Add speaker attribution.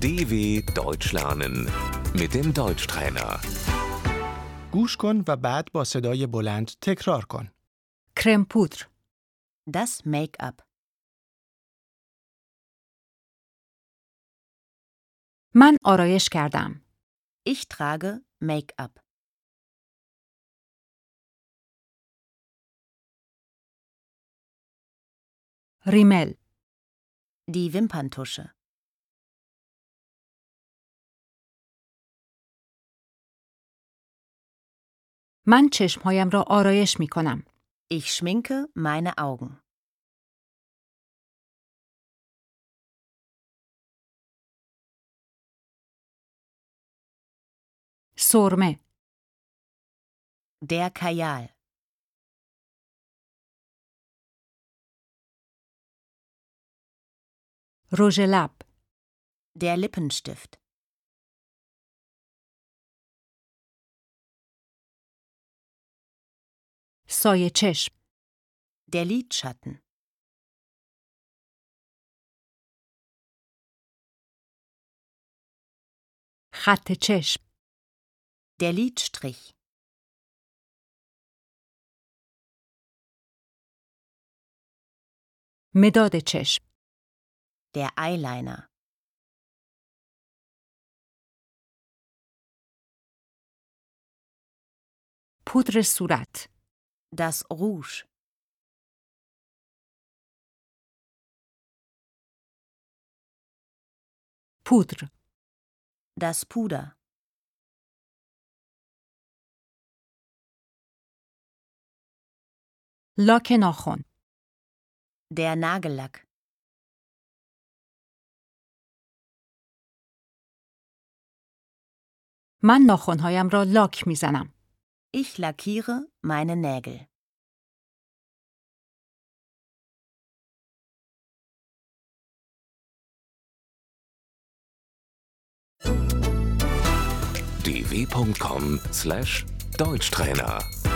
Speaker 1: DW Deutsch lernen mit dem Deutschtrainer.
Speaker 2: گوش کن و بعد با صدای بلند تکرار کن.
Speaker 3: کرم پودر
Speaker 4: Das Make-up.
Speaker 3: من آرایش کردم
Speaker 4: Ich trage Make-up.
Speaker 3: ریمل
Speaker 4: Die Wimperntusche.
Speaker 3: من چشمهایم را آرایش می کنم
Speaker 4: Ich schminke meine Augen.
Speaker 3: سرمه
Speaker 4: Der Kajal.
Speaker 3: رژ لب
Speaker 4: Der Lippenstift.
Speaker 3: سایه چشم
Speaker 4: Der Lidschatten.
Speaker 3: خط چشم
Speaker 4: Der Lidstrich.
Speaker 3: مداد چشم
Speaker 4: Der Eyeliner.
Speaker 3: پودر صورت
Speaker 4: Das Rouge.
Speaker 3: پودر
Speaker 4: Das Puder.
Speaker 3: لاک ناخن
Speaker 4: Der Nagellack.
Speaker 3: من ناخنهایم را لاک می زنم
Speaker 4: Ich lackiere meine Nägel.
Speaker 1: dw.com/deutschtrainer